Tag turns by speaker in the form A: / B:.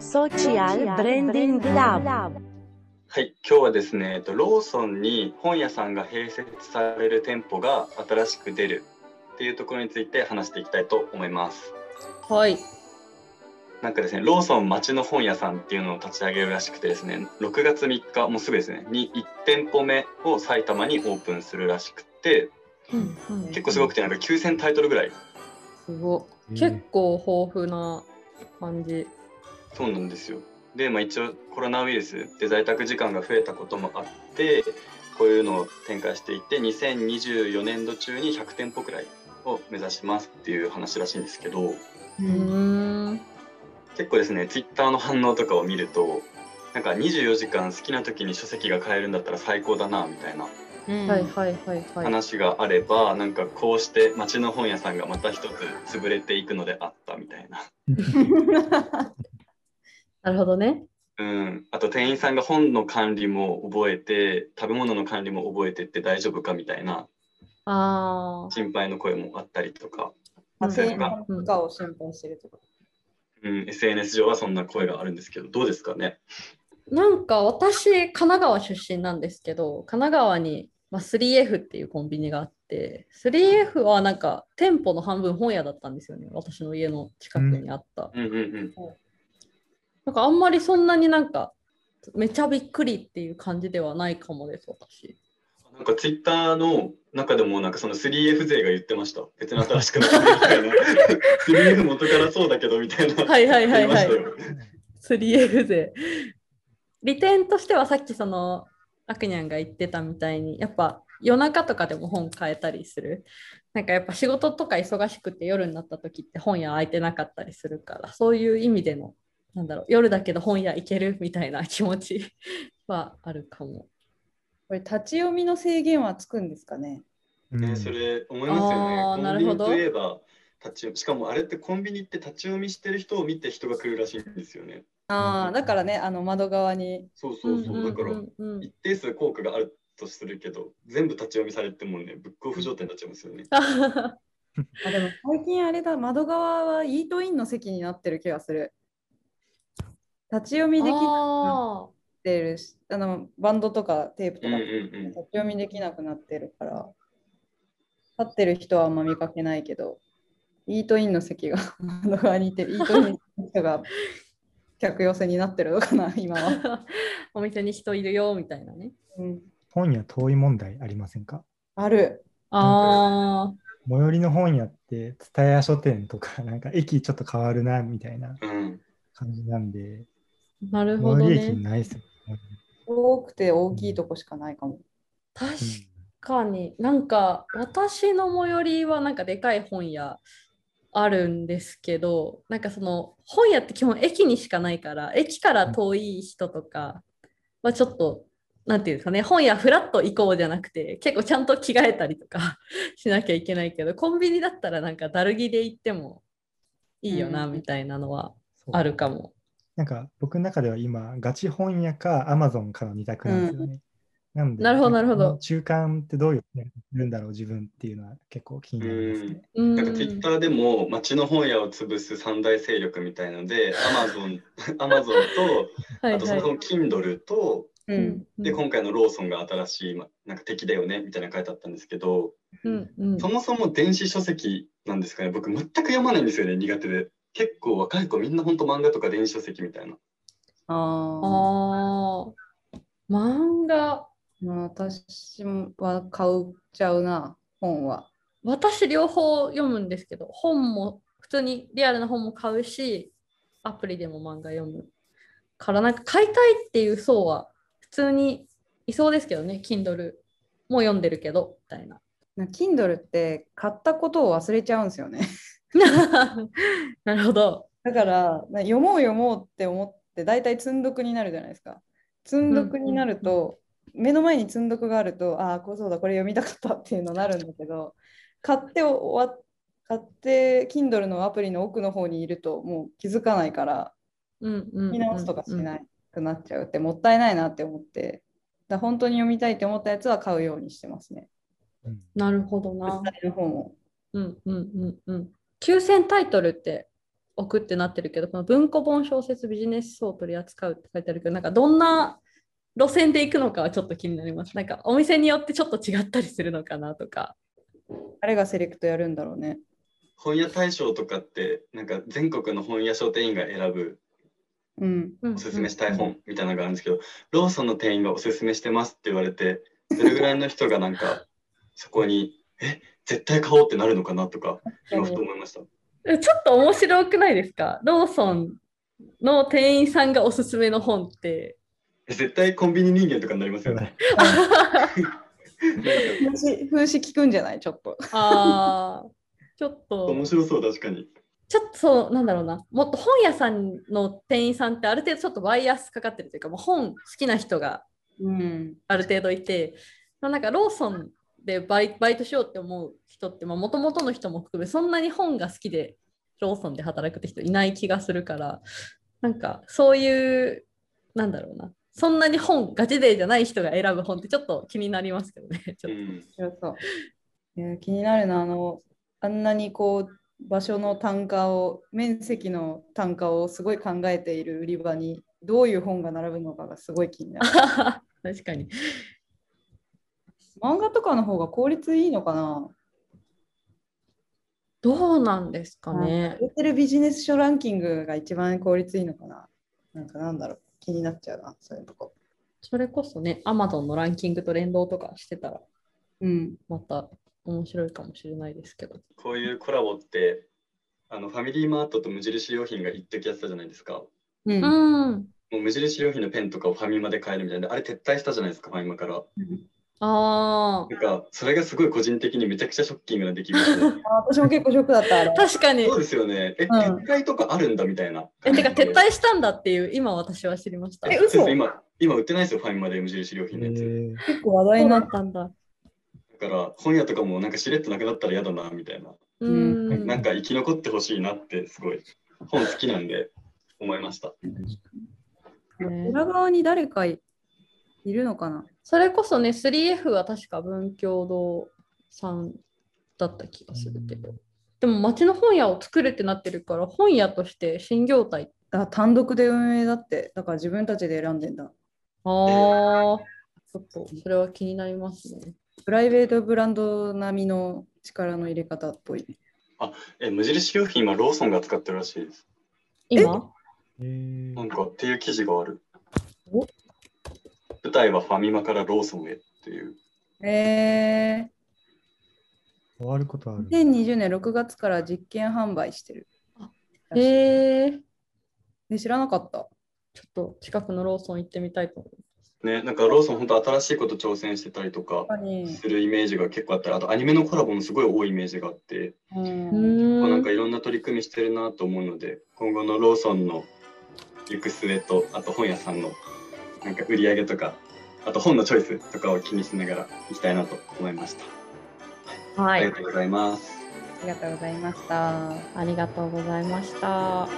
A: Social Branding Lab
B: はい、今日はですね、えっとローソンに本屋さんが併設される店舗が新しく出るっていうところについて話していきたいと思います。
C: はい。
B: なんかですね、ローソン町の本屋さんっていうのを立ち上げるらしくてですね、6月3日、もうすぐですね、に1店舗目を埼玉にオープンするらしくて、結構すごくて、なんか9000タイトルぐらい。
C: すご
D: う
C: い。
D: ん
C: 結構豊富な感じ。
B: そうなんですよ。で、まあ、一応コロナウイルスで在宅時間が増えたこともあってこういうのを展開していて2024年度中に100店舗くらいを目指しますっていう話らしいんですけど
C: う
D: うん
C: ーん。
B: 結構ですねツイッターの反応とかを見るとなんか24時間好きな時に書籍が買えるんだったら最高だなみたいな
C: はいはいはいはい。
B: 話があれば、なんかこうして町の本屋さんがまた一つ潰れていくのであったみたいな。
C: なるほどね。
B: うん、あと店員さんが本の管理も覚えて食べ物の管理も覚えてって大丈夫かみたいな
C: ああ。
B: 心配の声もあったりとか、
C: うん
B: そういうのが
C: うん
E: とかを心配してるとか。
B: うん、SNS 上はそんな声があるんですけどどうですかね
C: なんか私、神奈川出身なんですけど、神奈川に、まあ、3F っていうコンビニがあって、3F はなんか店舗の半分本屋だったんですよね。私の家の近くにあった。
B: うんうんうん
C: なんかあんまりそんなになんか、めちゃびっくりっていう感じではないかもです、私。
B: なんかツイッターの中でもなんかその 3F 勢が言ってました別に新しくなったみた いな 3F 元からそうだけどみたいな
C: はいはいは
B: 言い
C: い
B: ま
C: は
B: し
C: い
B: た。よ
C: 3F 勢利点としてはさっきそのアクニャンが言ってたみたいにやっぱ夜中とかでも本変えたりするなんかやっぱ仕事とか忙しくて夜になった時って本屋空いてなかったりするからそういう意味でのなんだろう夜だけど本屋行けるみたいな気持ち はあるかも
E: これ立ち読みの制限はつくんですかね。
B: ねそれ思います
C: あ
B: よ
C: ー
B: ね
C: なるほど
B: コンビニといえば立ち読みしかもあれってコンビニって立ち読みしてる人を見て人が来るらしいんですよね
E: ああ、だからね、あの窓側に。
B: そうそうそう、
C: ん
B: だから
C: んうんうん
B: 一定数効果があるとするけど全部立ち読みされてもねブックオフ状態になっちゃいますよね。
E: あでも最近あれだ、窓側はイートインの席になってる気がする。立ち読みでき
C: あ
E: てるし、あのバンドとかテープと
B: うん
E: か
B: うん
E: 立
B: うん
E: ち読みできなくなってるから、立ってる人はあんま見かけないけど、イートインの席が 窓側にいて、イートインの人が客寄せになってるのかな、今は。
C: ー お店に人いるよみたいなね
E: うん、
D: 本屋遠い問題ありませんか
E: ある。
C: あ
D: 最寄りの本屋って、蔦屋書店とか、 なんか駅ちょっと変わるな、みたいな
B: うん。
D: 感じなんで、
C: ーなる
D: 最
C: ほ
D: 寄
C: ど
D: り駅
C: ね
D: ないですよね。
E: 多くて大きいとこしかないかも。
C: 確か
D: うん
C: に確かになんか私の最寄りはなんかでかい本屋あるんですけどなんかその本屋って基本駅にしかないから駅から遠い人とかはちょっとなんていうんですかね本屋フラッと行こうじゃなくて結構ちゃんと着替えたりとか しなきゃいけないけどコンビニだったらなんかだるぎで行ってもいいよな
E: うん
C: みたいなのは
D: そう
C: あるかも。
D: なんか僕の中では今、ガチ本屋かアマゾンかの2択なんですよね。なんで、
C: なるほどなるほど
D: この中間ってどういうやつするんだろう、自分っていうのは結構気になりますね。
C: うん
B: なんかツイッターでも町の本屋を潰す三大勢力みたいので、アマゾ ン、アマゾンと、
C: はい
B: あとそもそ
C: は
B: も Kindle と、
E: う
C: い
E: ん。
B: で今回のローソンが新しいまなんか敵だよねみたいなの書いてあったんですけど、
C: うんうん
B: そもそも電子書籍なんですかね。僕全く読まないんですよね、苦手で。結構若い子みんな本当漫画とか電子書籍みたいな。
E: ああ。
C: ああ、漫画、
E: まあ私は買っちゃうな、本は。
C: 私両方読むんですけど、本も普通にリアルな本も買うし、アプリでも漫画読む。からなんか買いたいっていう層は普通にいそうですけどね、Kindle も読んでるけど、みたいな。
E: な Kindle って買ったことを忘れちゃうんですよね。
C: なるほど。
E: だから、な読もう読もうって思って、大体積んどくになるじゃないですか。積んどくになると、目の前に積んどくがあると、ああ、こうそうだ、これ読みたかったっていうのになるんだけど、買って終わっ買って、Kindle のアプリの奥の方にいると、もう気づかないから、
C: うんうんうんうん、
E: 見直すとかしなくなっちゃうってもったいないなって思って、だから本当に読みたいって思ったやつは買うようにしてますね。
D: うん
C: なるほどな。
E: 物体の本を。
C: うんうんうんうん。9000タイトルって置くってなってるけど、この文庫本小説ビジネス書を取り扱うって書いてあるけど、なんかどんな路線で行くのかはちょっと気になります。なんかお店によってちょっと違ったりするのかなとか。
E: 誰がセレクトやるんだろうね。
B: 本屋大賞とかってなんか全国の本屋書店員が選ぶ
E: うん。
B: おすすめしたい本みたいなのがあるんですけど、ローソンの店員がおすすめしてますって言われてどれぐらいの人がなん かそこにえ絶対買おうってなるのかなとか今ふと思いました。
C: えちょっと面白くないですかローソンの店員さんがおすすめの本って。
B: え絶対コンビニ人間とかになり ますよね。なんか
E: 風刺風刺聞くんじゃないちょっと。
C: ああ、 ちょっと。
B: 面白そう確かに。
C: ちょっとそうなんだろうなもっと本屋さんの店員さんってある程度ちょっとバイアスかかってるというかもう本好きな人が
E: うん。
C: ある程度いてなんかローソンでバイバイトしようって思う人ってもともとの人も含めそんなに本が好きでローソンで働くって人いない気がするからなんかそういうなんだろうなそんなに本ガチ勢じゃない人が選ぶ本ってちょっと気になりますけどね。 ち
B: う
C: ょっと
E: 面白そ
B: ん、
E: う。いや気になるな、あの、あんなにこう、場所の単価を、面積の単価をすごい考えている売り場に、どういう本が並ぶのかがすごい気になる。
C: 確かに。
E: 漫画とかの方が効率いいのかな
C: どうなんですかね。
E: 売れてるビジネス書ランキングが一番効率いいのかななんかなんだろう気になっちゃうな、そういうとこ。
C: それこそね、Amazon のランキングと連動とかしてたら、
E: うん。
C: また面白いかもしれないですけど。
B: こういうコラボってあのファミリーマートと無印良品が一時やってたじゃないですか。
E: う。
C: うんん。
B: もう無印良品のペンとかをファミマで買えるみたいなあれ撤退したじゃないですかファミマから。
C: あ
B: なんかそれがすごい個人的にめちゃくちゃショッキングな出来事で
E: あ私も結構ショックだった。あれ
C: あ。確かに
B: そう。ですよね。
E: う
B: え、
E: ん
B: 撤退とかあるんだみたいな。
C: え、てか撤退したんだっていう、今私は知りました。
E: え
B: そうです
E: 嘘
B: 今、今売ってないですよ、ファミマで無印良品のやつ。
D: えー
E: 結構話題に
C: そうだ
E: なっ
C: ったんだ。
B: だから本屋とかもなんかしれっとなくなったら嫌だなみたいな。
C: う
E: うん
C: ん。
B: なんか生き残ってほしいなってすごい本好きなんで思いました。
C: ね
E: 裏側に誰かいいるのかな
C: それこそね、3F は確か文教堂さんだった気がするけど。でも町の本屋を作るってなってるから、本屋として新業態。
E: あ単独で運営だって、だから自分たちで選んでんだ。
C: ああ、ちょっとそれは気になりますね。
E: プライベートブランド並みの力の入れ方っぽい。
B: え、無印良品はローソンが使ってるらしいです。
C: 今
D: えー
B: なんかっていう記事がある
C: お。
B: 舞台はファミマからローソンへっていう。
E: えー、
D: 終わることある。
E: 2020年6月から実験販売してる。
C: へえ
E: で知らなかった。
C: ちょっと近くのローソン行ってみたいと思います。
B: ね、なんかローソン本当新しいこと挑戦してたりとか
E: 確かに。
B: するイメージが結構あったり、あとアニメのコラボもすごい多いイメージがあって、
E: うん、
B: まあなんかいろんな取り組みしてるなと思うので、今後のローソンの行く末と、あと本屋さんのなんか売り上げとか、あと本のチョイスとかを気にしながら行きたいなと思いました。
C: は
B: ありがとうございます。
E: ありがとうございました。
C: ありがとうございました。